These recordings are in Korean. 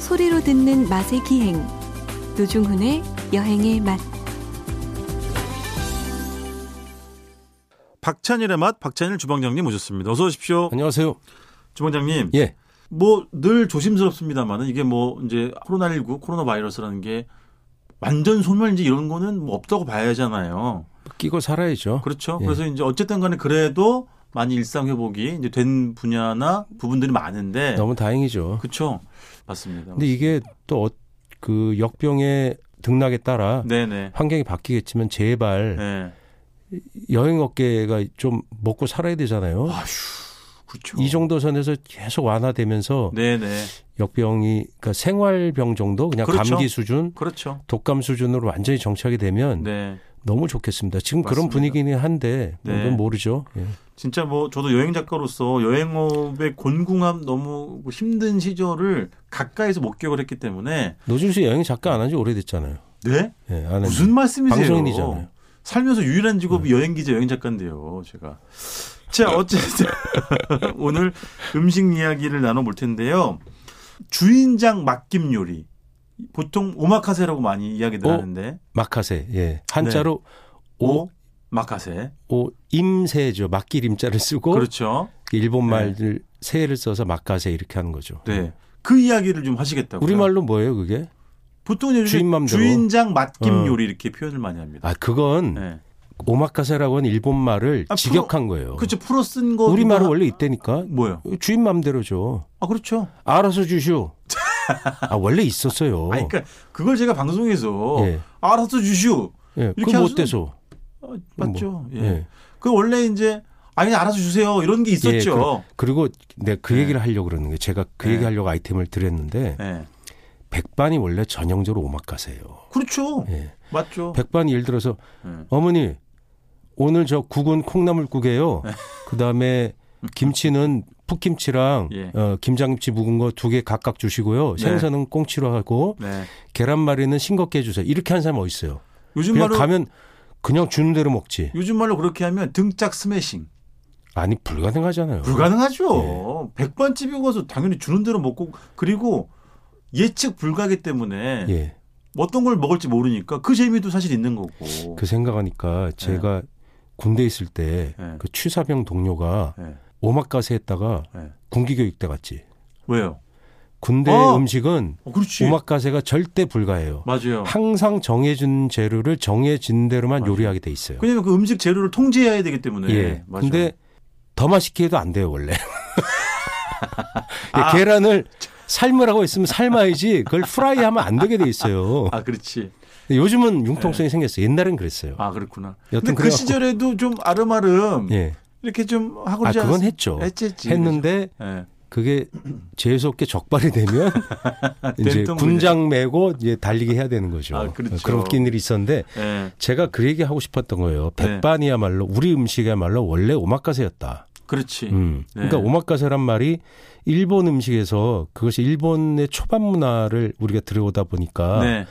소리로 듣는 맛의 기행 노중훈의 여행의 맛 박찬일의 맛 박찬일 주방장님 모셨습니다. 어서 오십시오. 안녕하세요. 주방장님. 예. 뭐 늘 조심스럽습니다만은 이게 뭐 이제 코로나19 코로나 바이러스라는 게 완전 소멸인지 이런 거는 뭐 없다고 봐야 하잖아요. 끼고 살아야죠. 그렇죠. 예. 그래서 이제 어쨌든 간에 그래도 많이 일상 회복이 이제 된 분야나 부분들이 많은데 너무 다행이죠. 그렇죠. 맞습니다. 근데 이게 또 그 역병의 등락에 따라 네, 네. 환경이 바뀌겠지만 제발 네. 여행 업계가 좀 먹고 살아야 되잖아요. 그렇죠. 이 정도 선에서 계속 완화되면서 네, 네. 역병이 그러니까 생활병 정도 그냥 그렇죠. 감기 수준 그렇죠. 독감 수준으로 완전히 정착이 되면 네. 너무 좋겠습니다. 지금 그런 맞습니다. 분위기는 한데 네. 그건 모르죠. 예. 진짜 뭐 저도 여행 작가로서 여행업의 곤궁함 너무 힘든 시절을 가까이서 목격을 했기 때문에 노준 씨 여행 작가 안 한 지 오래됐잖아요. 네? 예, 안 한지. 무슨 말씀이세요? 방송인이잖아요. 네. 살면서 유일한 직업이 여행 기자, 여행 작가인데요, 제가. 자, 어쨌든 오늘 음식 이야기를 나눠 볼 텐데요. 주인장 막김 요리. 보통 오마카세라고 많이 이야기들 오. 하는데 마카세. 예. 한자로 오, 네. 오 마카세. 오 임세죠. 막길 임자를 쓰고 그렇죠. 일본 말들 세를 써서 마카세 이렇게 하는 거죠. 네. 그 이야기를 좀 하시겠다고. 음. 우리말로 뭐예요, 그게? 보통 이제 주인맘대로. 주인장 맛김 어. 요리 이렇게 표현을 많이 합니다. 아, 그건 네. 오마카세라고 하는 일본 말을 아, 직역한 거예요. 그렇죠. 풀어 쓴 거. 우리말은 원래 있다니까. 뭐요? 주인 맘대로죠. 아 그렇죠. 알아서 주시오. 아, 원래 있었어요. 아니, 그러니까 그걸 제가 방송에서 예. 알아서 주시오. 예, 이렇게 그건 할 못 돼서. 어, 맞죠. 예. 뭐, 예. 그 원래 이제 아니 알아서 주세요 이런 게 있었죠. 그리고 내가 그 예. 얘기를 하려고 그러는 게 제가 그 예. 얘기 하려고 아이템을 드렸는데 예. 백반이 원래 전형적으로 오마카세예요. 그렇죠. 예. 맞죠. 백반이 예를 들어서 예. 어머니 오늘 저 국은 콩나물국이에요. 그다음에 김치는 풋김치랑 예. 어, 김장김치 묵은 거 두 개 각각 주시고요. 네. 생선은 꽁치로 하고 네. 계란말이는 싱겁게 해주세요. 이렇게 한 사람 어디 있어요? 요즘 그냥 말로 가면 그냥 주는 대로 먹지. 요즘 말로 그렇게 하면 등짝 스매싱 아니 불가능하잖아요. 예. 불가능하죠. 백반집에 가서 당연히 주는 대로 먹고 그리고 예측 불가기 때문에 예. 어떤 걸 먹을지 모르니까 그 재미도 사실 있는 거고. 그 생각하니까 제가 군대 있을 때 그 네. 취사병 동료가 예. 오마카세 했다가 예. 군기교육대 갔지. 왜요? 군대 어! 음식은 어, 그렇지. 오마카세가 절대 불가해요. 맞아요. 항상 정해진 재료를 정해진 대로만 맞아요. 요리하게 돼 있어요. 왜냐면 그 음식 재료를 통제해야 되기 때문에. 예. 맞아요. 근데 더 맛있게 해도 안 돼요, 원래. 예, 아. 계란을 삶으라고 했으면 삶아야지 그걸 프라이 하면 안 되게 돼 있어요. 아 그렇지. 근데 요즘은 융통성이 생겼어요. 옛날엔 그랬어요. 네. 아 그렇구나. 여튼 근데 그 그래갖고- 시절에도 좀 아름아름 예. 이렇게 좀 하고 아, 그러지 그건 않았- 했죠. 했지, 했지. 했는데 예. 그게 재수없게 적발이 되면 이제 된통 군장 메고 이제 달리기 해야 되는 거죠. 아, 그렇죠. 런 끼니들이 있었는데 예. 제가 그 얘기 하고 싶었던 거예요. 네. 백반이야말로 우리 음식이야말로 원래 오마카세였다. 그렇지. 음. 네. 그러니까 오마카세란 말이 일본 음식에서 그것이 일본의 초밥 문화를 우리가 들여오다 보니까 네.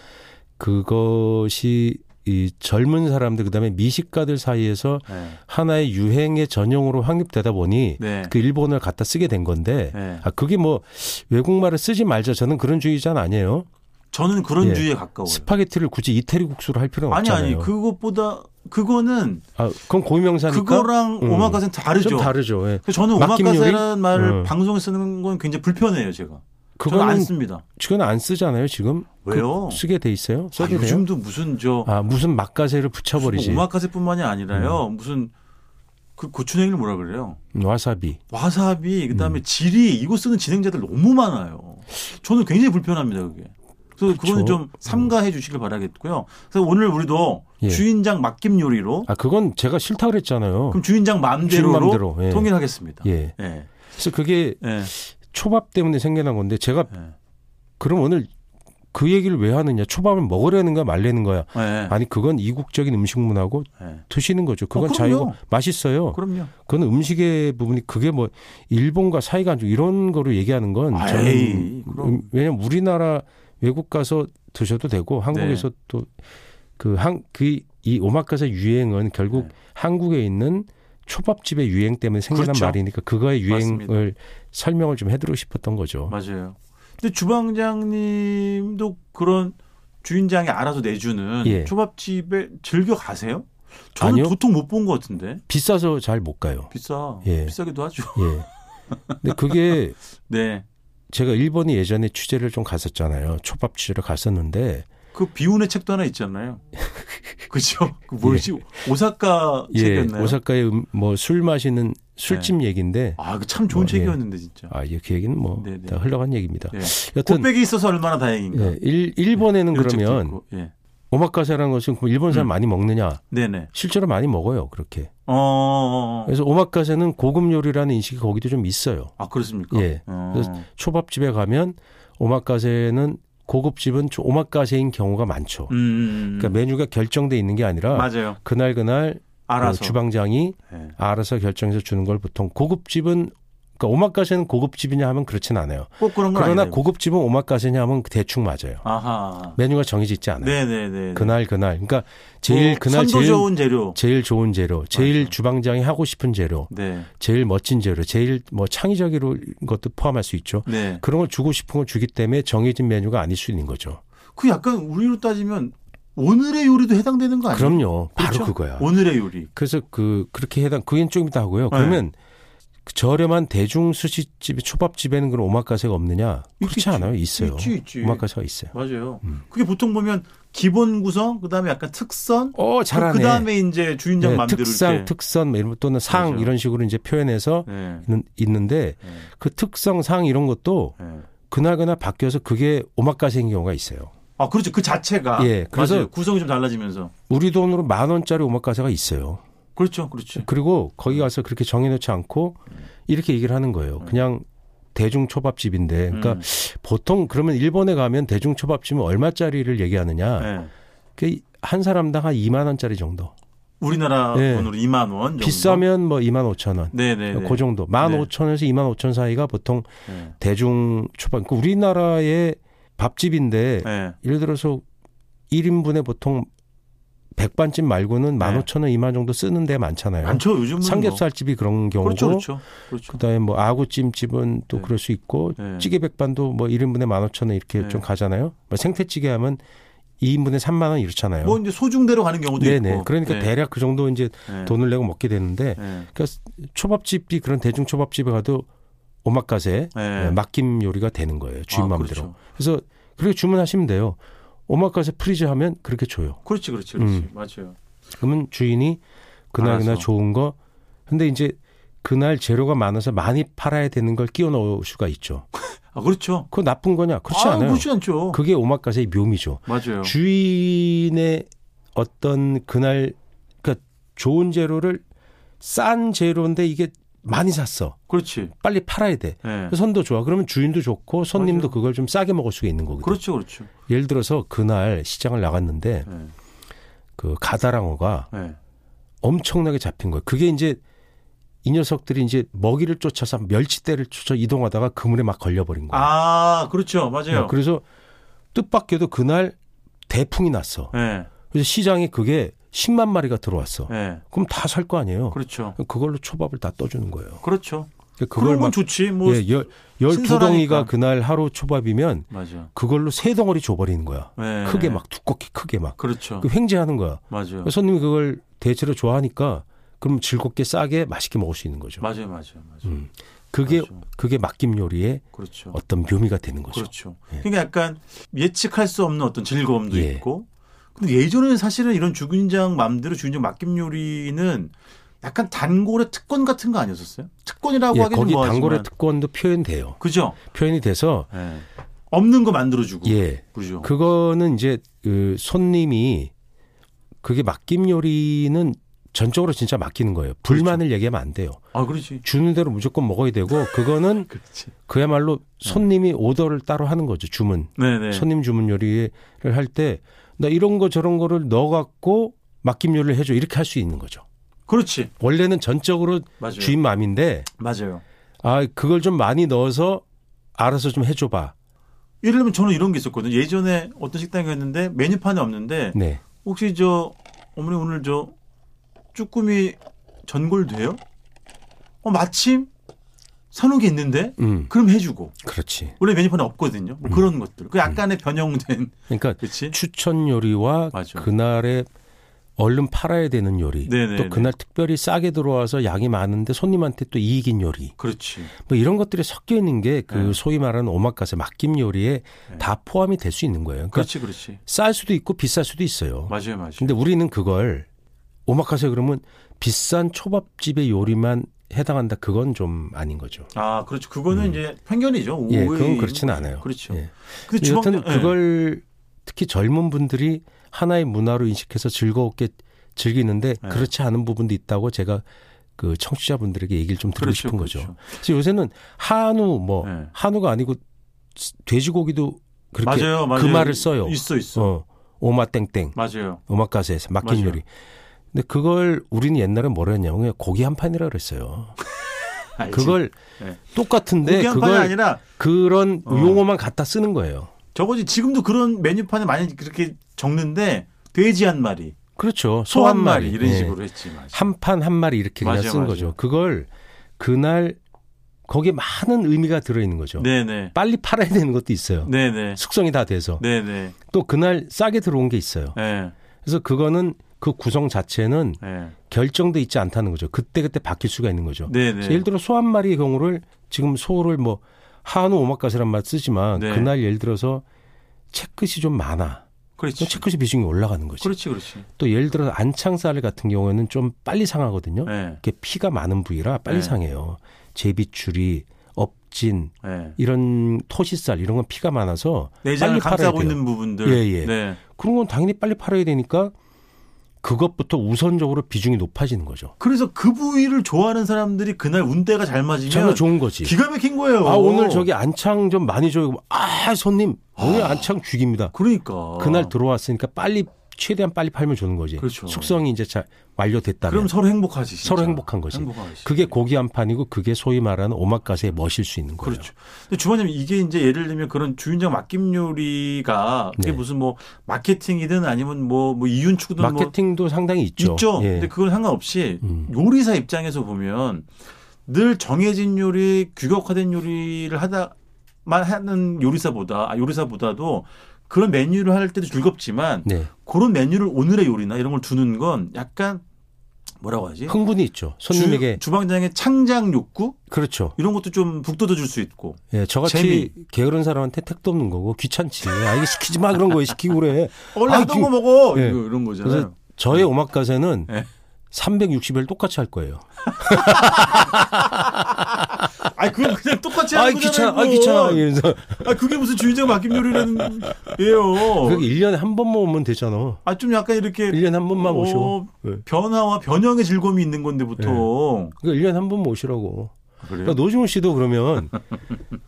그것이 이 젊은 사람들 그다음에 미식가들 사이에서 네. 하나의 유행의 전형으로 확립되다 보니 네. 그 일본어를 갖다 쓰게 된 건데 네. 아 그게 뭐 외국말을 쓰지 말자 저는 그런 주의자는 아니에요. 저는 그런 예. 주의에 가까워요. 스파게티를 굳이 이태리 국수로 할 필요는 어, 네. 아니 없잖아요. 아니 그것보다 그거는 아, 그건 고유명사니까 그거랑 음. 오마카세는 다르죠. 좀 다르죠. 예. 그래서 저는 막힘 오마카세라는 말을 음. 방송에 쓰는 건 굉장히 불편해요, 제가. 저는 그거는 안 씁니다. 지금 안 쓰잖아요. 지금 그 왜요? 쓰게 돼 있어요. 아, 써도 돼요. 요즘도 무슨 저 아 무슨 막가세를 무슨 붙여버리지. 음. 오마카세뿐만이 아니라요. 무슨 그 고추냉이를 뭐라 그래요? 와사비. 와사비 그다음에 지리 이거 쓰는 진행자들 너무 많아요. 저는 굉장히 불편합니다 그게. 그래서 그거는 그쵸. 음. 좀 삼가해 주시길 바라겠고요. 그래서 오늘 우리도 예. 주인장 맡김 요리로 아 그건 제가 싫다 그랬잖아요. 그럼 주인장 마음대로 주인 맘대로, 예. 통일하겠습니다. 예. 예. 그래서 그게 예. 초밥 때문에 생겨난 건데 제가 예. 그럼 오늘 그 얘기를 왜 하느냐? 초밥을 먹으려는가 말려는 거야? 예. 아니 그건 이국적인 음식 문화고 예. 드시는 거죠. 그건 그럼요. 자유고 맛있어요. 그럼요. 그건 음식의 부분이 그게 뭐 일본과 사이가 안 좋고 이런 거를 얘기하는 건 아이, 저는 그럼. 음, 왜냐면 우리나라 외국 가서 드셔도 되고 한국에서 네. 또 그 한 그 이 오마카세 유행은 결국 네. 한국에 있는 초밥집의 유행 때문에 생겨난 그렇죠. 말이니까 그거의 유행을 맞습니다. 설명을 좀 해드리고 싶었던 거죠. 맞아요. 근데 주방장님도 그런 주인장이 알아서 내주는 예. 초밥집에 즐겨 가세요? 저는 아니요. 도통 못 본 것 같은데 비싸서 잘 못 가요. 비싸 예. 비싸기도 하죠. 예. 근데 그게 네, 제가 일본에 예전에 취재를 좀 갔었잖아요. 초밥 취재를 갔었는데 그 비운의 책도 하나 있잖아요. 그죠? 그 뭐지 오사카 예, 책이었나요? 오사카에 뭐 술 마시는 술집 얘기인데 아, 그 참 좋은 어, 예. 책이었는데 진짜. 아, 예, 그 얘기는 뭐 네네. 다 흘러간 얘기입니다. 네. 여튼 곱빼기 있어서 얼마나 다행인가. 네, 예, 일, 일본에는 이런 책도 그러면 있고, 예. 오마카세라는 것은 그럼 일본 사람 음. 많이 먹느냐? 네네. 실제로 많이 먹어요, 그렇게. 어, 어, 어. 그래서 오마카세는 고급 요리라는 인식이 거기도 좀 있어요. 아 그렇습니까? 예. 어. 그래서 초밥집에 가면 오마카세는 고급집은 초- 오마카세인 경우가 많죠. 음, 음, 음. 그러니까 메뉴가 결정돼 있는 게 아니라 맞아요. 그날 그날 알아서. 그 주방장이 예. 알아서 결정해서 주는 걸 보통 고급집은 그러니까 오마카세는 고급집이냐 하면 그렇진 않아요. 꼭 그런 건 그러나 아니에요. 고급집은 오마카세냐 하면 대충 맞아요. 아하. 메뉴가 정해져 있지 않아요. 네네네. 어, 뭐 그날 그날 그러니까 제일 그날 선도 제일 좋은 재료. 제일 좋은 재료, 제일 맞아요. 주방장이 하고 싶은 재료, 네. 제일 멋진 재료, 제일 뭐 창의적인 것도 포함할 수 있죠. 네. 그런 걸 주고 싶은 걸 주기 때문에 정해진 메뉴가 아닐 수 있는 거죠. 그 약간 우리로 따지면 오늘의 요리도 해당되는 거 아니에요? 그럼요. 바로 그렇죠? 그거야 오늘의 요리. 그래서 그 그렇게 해당 그게 조금 이따 하고요. 네. 그러면 그 저렴한 대중 수시집 초밥집에는 그런 오마카세가 없느냐? 그렇지 있겠지. 않아요. 있어요. 있지 있지. 오마카세가 있어요. 맞아요. 음. 그게 보통 보면 기본 구성, 그다음에 약간 특선, 어, 잘하네. 그 다음에 이제 주인장 네, 마음대로 특상, 이렇게. 특선 뭐 이런 또는 상 맞아요. 이런 식으로 이제 표현해서 네. 있는- 있는데 네. 그 특성 상 이런 것도 네. 그날 그날 바뀌어서 그게 오마카세인 경우가 있어요. 아 그렇죠. 그 자체가. 예, 그래서- 맞아요. 구성이 좀 달라지면서. 우리 돈으로 만 원짜리 오마카세가 있어요. 그렇죠, 그렇죠. 그리고 거기 가서 그렇게 정해놓지 않고 이렇게 얘기를 하는 거예요. 그냥 대중 초밥집인데, 그러니까 음. 보통 그러면 일본에 가면 대중 초밥집은 얼마짜리를 얘기하느냐? 네. 그 한 사람당 한 2만 원짜리 정도. 우리나라 네. 돈으로 2만 원 정도. 비싸면 뭐 2만 5천 원. 네네. 그 정도. 1만 네. 5천 원에서 2만 5천 사이가 보통 네. 대중 초밥. 그 우리나라의 밥집인데 네. 예를 들어서 1인분에 보통 백반집 말고는 네. 15,000원, 2만 정도 쓰는 데 많잖아요. 많죠. 요즘은 삼겹살집이 그런 뭐. 경우고 그렇죠, 그렇죠, 그렇죠. 다음에뭐 아구찜집은 또 네. 그럴 수 있고 네. 찌개 백반도 뭐 1인분에 15,000원 이렇게 네. 좀 가잖아요. 뭐 생태찌개 하면 2인분에 3만 원 이렇잖아요. 뭐 이제 소중대로 가는 경우도 네네. 있고. 그러니까 네. 대략 그 정도 이제 네. 돈을 내고 먹게 네. 되는데 그러니까 초밥집이 그런 대중 초밥집에 가도 오마카세 네. 예, 맡김 요리가 되는 거예요. 주인 아, 마음대로. 그렇죠. 그래서 그렇게 주문하시면 돼요. 오마카세 프리즈 하면 그렇게 줘요. 그렇지, 그렇지, 그렇지. 음. 맞아요. 그러면 주인이 그날 그날 알아서. 좋은 거 근데 이제 그날 재료가 많아서 많이 팔아야 되는 걸 끼워 넣을 수가 있죠. 아, 그렇죠. 그거 나쁜 거냐? 그렇지 아, 않아요. 그렇지 않죠. 그렇죠. 그게 오마카세의 묘미죠. 맞아요. 주인의 어떤 그날 그러니까 좋은 재료를 싼 재료인데 이게 많이 샀어. 그렇지. 빨리 팔아야 돼. 예. 선도 좋아. 그러면 주인도 좋고 손님도 맞아요. 그걸 좀 싸게 먹을 수가 있는 거거든요. 그렇죠, 그렇죠. 예를 들어서 그날 시장을 나갔는데 예. 그 가다랑어가 예. 엄청나게 잡힌 거예요. 그게 이제 이 녀석들이 이제 먹이를 쫓아서 멸치대를 쫓아 이동하다가 그물에 막 걸려버린 거예요. 네, 아, 그렇죠. 맞아요. 그래서 뜻밖에도 그날 대풍이 났어. 예. 그래서 시장에 그게 10만 마리가 들어왔어. 예. 그럼 다 살 거 아니에요. 그렇죠. 그걸로 초밥을 다 떠주는 거예요. 그렇죠. 그러니까 그런 그걸 건 막 좋지. 뭐 예, 열, 열두 신선하니까. 덩이가 그날 하루 초밥이면 맞아. 그걸로 세 덩어리 줘버리는 거야. 예. 크게 막 두껍게 크게 막 그렇죠. 그 횡재하는 거야. 맞아요. 손님이 그걸 대체로 좋아하니까 그럼 즐겁게 싸게 맛있게 먹을 수 있는 거죠. 맞아요, 맞아요, 맞아요. 음. 그게 맞아. 그게 막김 요리의 그렇죠. 어떤 묘미가 되는 거죠. 그렇죠. 예. 그러니까 약간 예측할 수 없는 어떤 즐거움도 예. 있고. 근데 예전에는 사실은 이런 주인장 맘대로 주인장 맡김 요리는 약간 단골의 특권 같은 거 아니었었어요? 특권이라고 예, 하기는 거기 뭐하지만. 단골의 특권도 표현돼요. 그죠? 표현이 돼서 예. 없는 거 만들어주고. 예 그죠? 그거는 이제 그 손님이 그게 막김 요리는 전적으로 진짜 맡기는 그렇죠. 거예요. 불만을 얘기하면 안 돼요. 아, 그렇지. 주는 대로 무조건 먹어야 되고 그거는 그렇지. 그야말로 네. 손님이 오더를 따로 하는 거죠. 주문 네네. 손님 주문 요리를 할 때 나 이런 거 저런 거를 넣어갖고 막김 요리를 해줘 이렇게 할 수 있는 거죠. 그렇지. 원래는 전적으로 맞아요. 주인 맘인데 맞아요. 아 그걸 좀 많이 넣어서 알아서 좀 해줘봐. 예를 들면 저는 이런 게 있었거든요. 예전에 어떤 식당에 갔는데 메뉴판이 없는데 네. 혹시 저 어머니 오늘 저 쭈꾸미 전골 돼요? 어 마침 사놓은 게 있는데 음, 그럼 해주고 그렇지. 원래 메뉴판에 없거든요. 뭐 그런 것들. 그 음. 약간의 변형된 그러니까 그렇지. 추천 요리와 맞아. 그날에 얼른 팔아야 되는 요리, 네네. 또 그날 특별히 싸게 들어와서 양이 많은데 손님한테 또 이익인 요리, 그렇지. 뭐 이런 것들이 섞여 있는 게 그 네. 소위 말하는 오마카세 맛김 요리에 네. 그렇죠. 다 포함이 될 수 있는 거예요. 그러니까 그렇지, 그렇지. 쌀 수도 있고 비쌀 수도 있어요. 맞아요, 맞아요. 근데 우리는 그걸 오마카세 그러면 비싼 초밥집의 요리만 해당한다. 그건 좀 아닌 거죠. 아, 그렇죠. 그거는 이제 편견이죠. 음. 예, 오해인 그건 그렇진 거죠. 않아요. 그렇죠. 예. 근데 여튼 주방장 예. 그걸 특히 젊은 분들이 하나의 문화로 인식해서 즐거웠게 즐기는데 네. 그렇지 않은 부분도 있다고 제가 그 청취자분들에게 얘기를 좀 드리고 그렇죠, 싶은 거죠. 그렇죠. 그래서 요새는 한우 뭐 네. 한우가 아니고 돼지고기도 그렇게 맞아요, 맞아요. 그 말을 써요. 있어, 있어. 어, 오마 땡땡. 맞아요. 오마카세에서 맡긴 맞아요. 요리. 근데 그걸 우리는 옛날에 뭐라 했냐면 그냥 고기 한 판이라 그랬어요. 알지. 그걸 네. 똑같은데 고기 한 판이 그걸 아니라 그런 어. 용어만 갖다 쓰는 거예요. 저거지 지금도 그런 메뉴판에 많이 그렇게 적는데 돼지 한 마리, 그렇죠. 소 소 한 한 마리 마리 이런 식으로 했지. 맞아요. 한판 한 마리 이렇게 그냥 맞아요, 쓴 맞아요. 거죠. 그걸 그날 거기에 많은 의미가 들어 있는 거죠. 네네. 빨리 팔아야 되는 것도 있어요. 네네. 숙성이 다 돼서 네네. 또 그날 싸게 들어온 게 있어요. 예. 그래서 그거는 그 구성 자체는 예. 결정돼 있지 않다는 거죠. 그때 그때 바뀔 수가 있는 거죠. 네네. 그래서 예를 들어 소 한 마리의 경우를 지금 소를 뭐 한우 오마카세란 말 쓰지만 네. 그날 예를 들어서 채끝이 좀 많아. 그렇지. 그럼 채끝이 비중이 올라가는 거지. 그렇지, 그렇지. 또 예를 들어 안창살 같은 경우에는 좀 빨리 상하거든요. 예. 이게 피가 많은 부위라 빨리 네. 상해요. 제비추리, 업진 예. 이런 토시살 이런 건 피가 많아서 내장을 빨리 팔아야 감싸고 돼요. 있는 부분들. 예, 예. 네. 그런 건 당연히 빨리 팔아야 되니까 그것부터 우선적으로 비중이 높아지는 거죠. 그래서 그 부위를 좋아하는 사람들이 그날 운대가 잘 맞으면 저는 좋은 거지. 기가 막힌 거예요. 아 오늘 저기 안창 좀 많이 줘요. 아 손님 오늘 안창 죽입니다. 그러니까 그날 들어왔으니까 빨리 최대한 빨리 팔면 주는 거지. 그렇죠. 숙성이 이제 잘 완료됐다면 그럼 서로 행복하지. 진짜. 서로 행복한 거지. 행복하지. 그게 고기 한 판이고 그게 소위 말하는 오마카세의 멋일 수 있는 거예요. 그렇죠. 근데 주방장님 이게 이제 예를 들면 그런 주인장 맡김 요리가 그게 네. 무슨 뭐 마케팅이든 아니면 뭐, 뭐 이윤축이든 뭐 마케팅도 상당히 있죠. 있죠. 예. 근데 그건 상관없이 음. 요리사 입장에서 보면 늘 정해진 요리, 규격화된 요리를 하다만 하는 요리사보다 아, 요리사보다도 그런 메뉴를 할 때도 즐겁지만 네. 그런 메뉴를 오늘의 요리나 이런 걸 주는 건 약간 뭐라고 하지? 흥분이 있죠. 손님에게 예. 주, 방장의 창작 욕구 그렇죠. 이런 것도 좀 북돋아 줄 수 있고 예, 저같이 재미. 게으른 사람한테 택도 없는 거고 귀찮지. 아 이게 시키지 마 그런 거에 시키고 그래. 원래 아, 하던 그- 거 먹어 예. 이거 이런 거잖아요. 저의 오마카세는 예. 360일 똑같이 할 거예요. 아 그건 그냥 똑같이 아 하는 귀찮아, 거잖아요. 아 귀찮아. 그건. 이러면서 아, 그게 무슨 주인장 맡김 요리라는 그게 예요. 1년에 한 번만 오면 되잖아. 아 좀 약간 이렇게 1년에 한 번만 어, 오시고. 예. 변화와 변형의 즐거움이 있는 건데 보통 그러니까 1년에 한 번만 오시라고. 아, 그래요. 그러니까 노중훈 씨도 그러면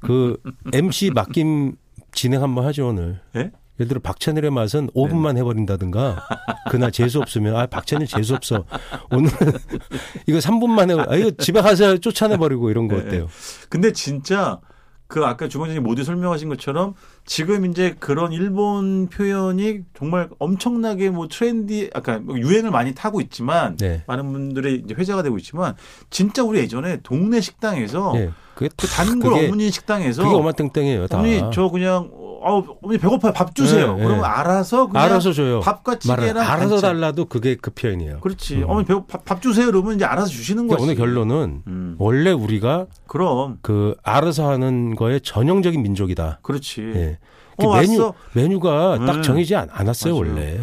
그 MC 맡김 진행 한번 하죠 오늘. 예? 예를 들어 박찬일의 맛은 네. 5분만 해버린다든가 그날 재수 없으면 아 박찬일 재수 없어 오늘 이거 3분만 해. 아 이거 집에 가서 쫓아내버리고 이런 거 네, 어때요? 근데 진짜 그 아까 주방장님 모두 설명하신 것처럼 지금 이제 그런 일본 표현이 정말 엄청나게 뭐 트렌디 아까 뭐 유행을 많이 타고 있지만 네. 많은 분들의 이제 회자가 되고 있지만 진짜 우리 예전에 동네 식당에서 예. 그게 그 다 단골 그게, 어머니 식당에서 그게 어마땡땡해요 다. 어머니 저 그냥 아 어머니 배고파요 밥 주세요 네, 그러면 네. 알아서 그냥 알아서 줘요. 밥과 말은 찌개랑 알아서 반찬. 달라도 그게 그 표현이에요. 그렇지 어머니 배고 밥, 밥 주세요 그러면 이제 알아서 주시는 거지 그러니까 오늘 결론은 음. 원래 우리가 그럼 그 알아서 하는 거에 전형적인 민족이다. 그렇지 예. 어, 그 메뉴 왔어. 메뉴가 음. 딱 정해지 않, 않았어요 맞아요. 원래.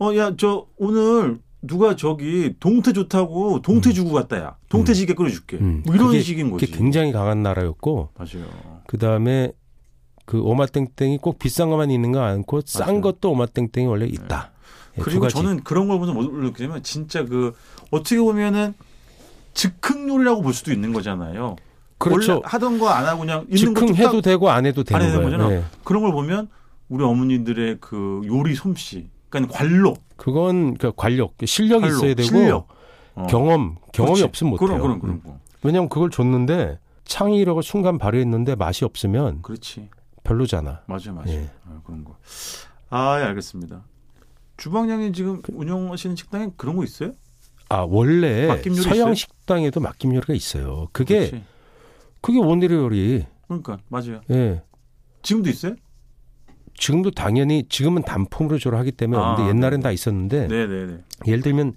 어 야 저 오늘 누가 저기 동태 좋다고 동태 주고 갔다야 동태찌개 끓여줄게 음. 뭐 이런 그게- 식인 그게 거지 굉장히 강한 나라였고 맞아요 그 다음에 그 오마땡땡이 꼭 비싼 것만 있는 거 않고 싼 맞아요. 것도 오마땡땡이 원래 있다. 예, 두 그리고 가지. 저는 그런 걸 보면서 못 느끼냐면 진짜 그 어떻게 보면은 즉흥요리라고 볼 수도 있는 거잖아요 그렇죠. 원래 하던 거 안 하고 그냥 있는 거 즉흥해도 뚝딱 되고 안 해도 되는 안 해도 되는 거예요. 예. 그런 걸 보면 우리 어머니들의 그 요리 솜씨 그러니까 관록 그건 그 관력, 실력이 관록, 있어야 되고 실력 어. 경험, 경험이 그렇지. 없으면 못해요. 음. 그럼 그럼 그럼 그럼. 왜냐하면 그걸 줬는데 창의력을 순간 발휘했는데 맛이 없으면 그렇지 별로잖아. 맞아요, 맞아요. 예. 아, 그런 거. 아, 예, 알겠습니다. 주방장님 지금 그- 운영하시는 식당에 그런 거 있어요? 아 원래 맡김 요리 서양 있어요? 식당에도 맡김 요리가 있어요. 그게 그렇지. 그게 원내리 요리. 그러니까 맞아요. 예. 지금도 있어요? 지금도 당연히 지금은 단품으로 주로 하기 때문에 아. 근데 옛날엔 다 있었는데 네, 네, 네. 예를 들면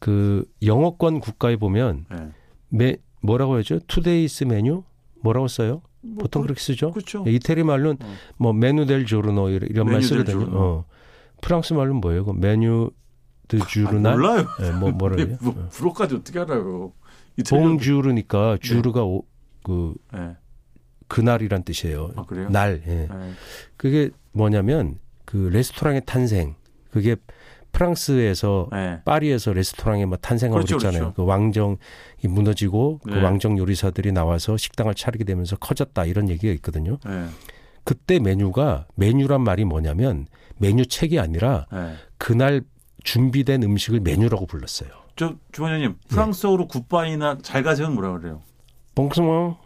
그 영어권 국가에 보면 네. 매, 뭐라고 하죠? 투데이스 메뉴 뭐라고 써요? 뭐 보통 그렇게 쓰죠. 그렇죠. 예, 이태리 말로는 어. 뭐 메뉴 델 조르노 이런 이런 말 메뉴 델 쓰거든요. 조르노. 어. 프랑스 말로는 뭐예요? 그 메뉴 드 주르나? 아, 몰라요. 예, 뭐 뭐라 근데 그래요? 뭐, 불어까지 어떻게 알아요? 이태리어도- 봉주르니까 주르가 오, 그 네. 그날이란 뜻이에요. 아 그래요? 날. 예. 네. 그게 뭐냐면 그 레스토랑의 탄생. 그게 프랑스에서 네. 파리에서 레스토랑이 막 탄생하고 그렇죠, 그랬잖아요 그렇죠. 그 왕정이 무너지고 네. 그 왕정 요리사들이 나와서 식당을 차리게 되면서 커졌다 이런 얘기가 있거든요. 네. 그때 메뉴가 메뉴란 말이 뭐냐면 메뉴 책이 아니라 네. 그날 준비된 음식을 메뉴라고 불렀어요. 저 주원장님 예. 프랑스어로 굿바이나 잘 가세요는 뭐라 그래요? 봉스몽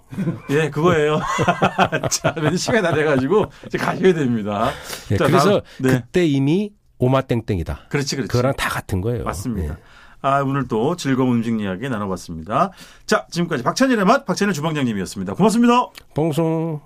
예, 그거예요. 자, 왠지 시간이 다 돼가지고 이제 가셔야 됩니다. 예, 자, 그래서 다음, 네. 그때 이미 오마땡땡이다. 그렇지, 그렇지. 그거랑 다 같은 거예요. 맞습니다. 예. 아, 오늘 또 즐거운 음식 이야기 나눠봤습니다. 자, 지금까지 박찬일의 맛, 박찬일 주방장님이었습니다. 고맙습니다. 봉송.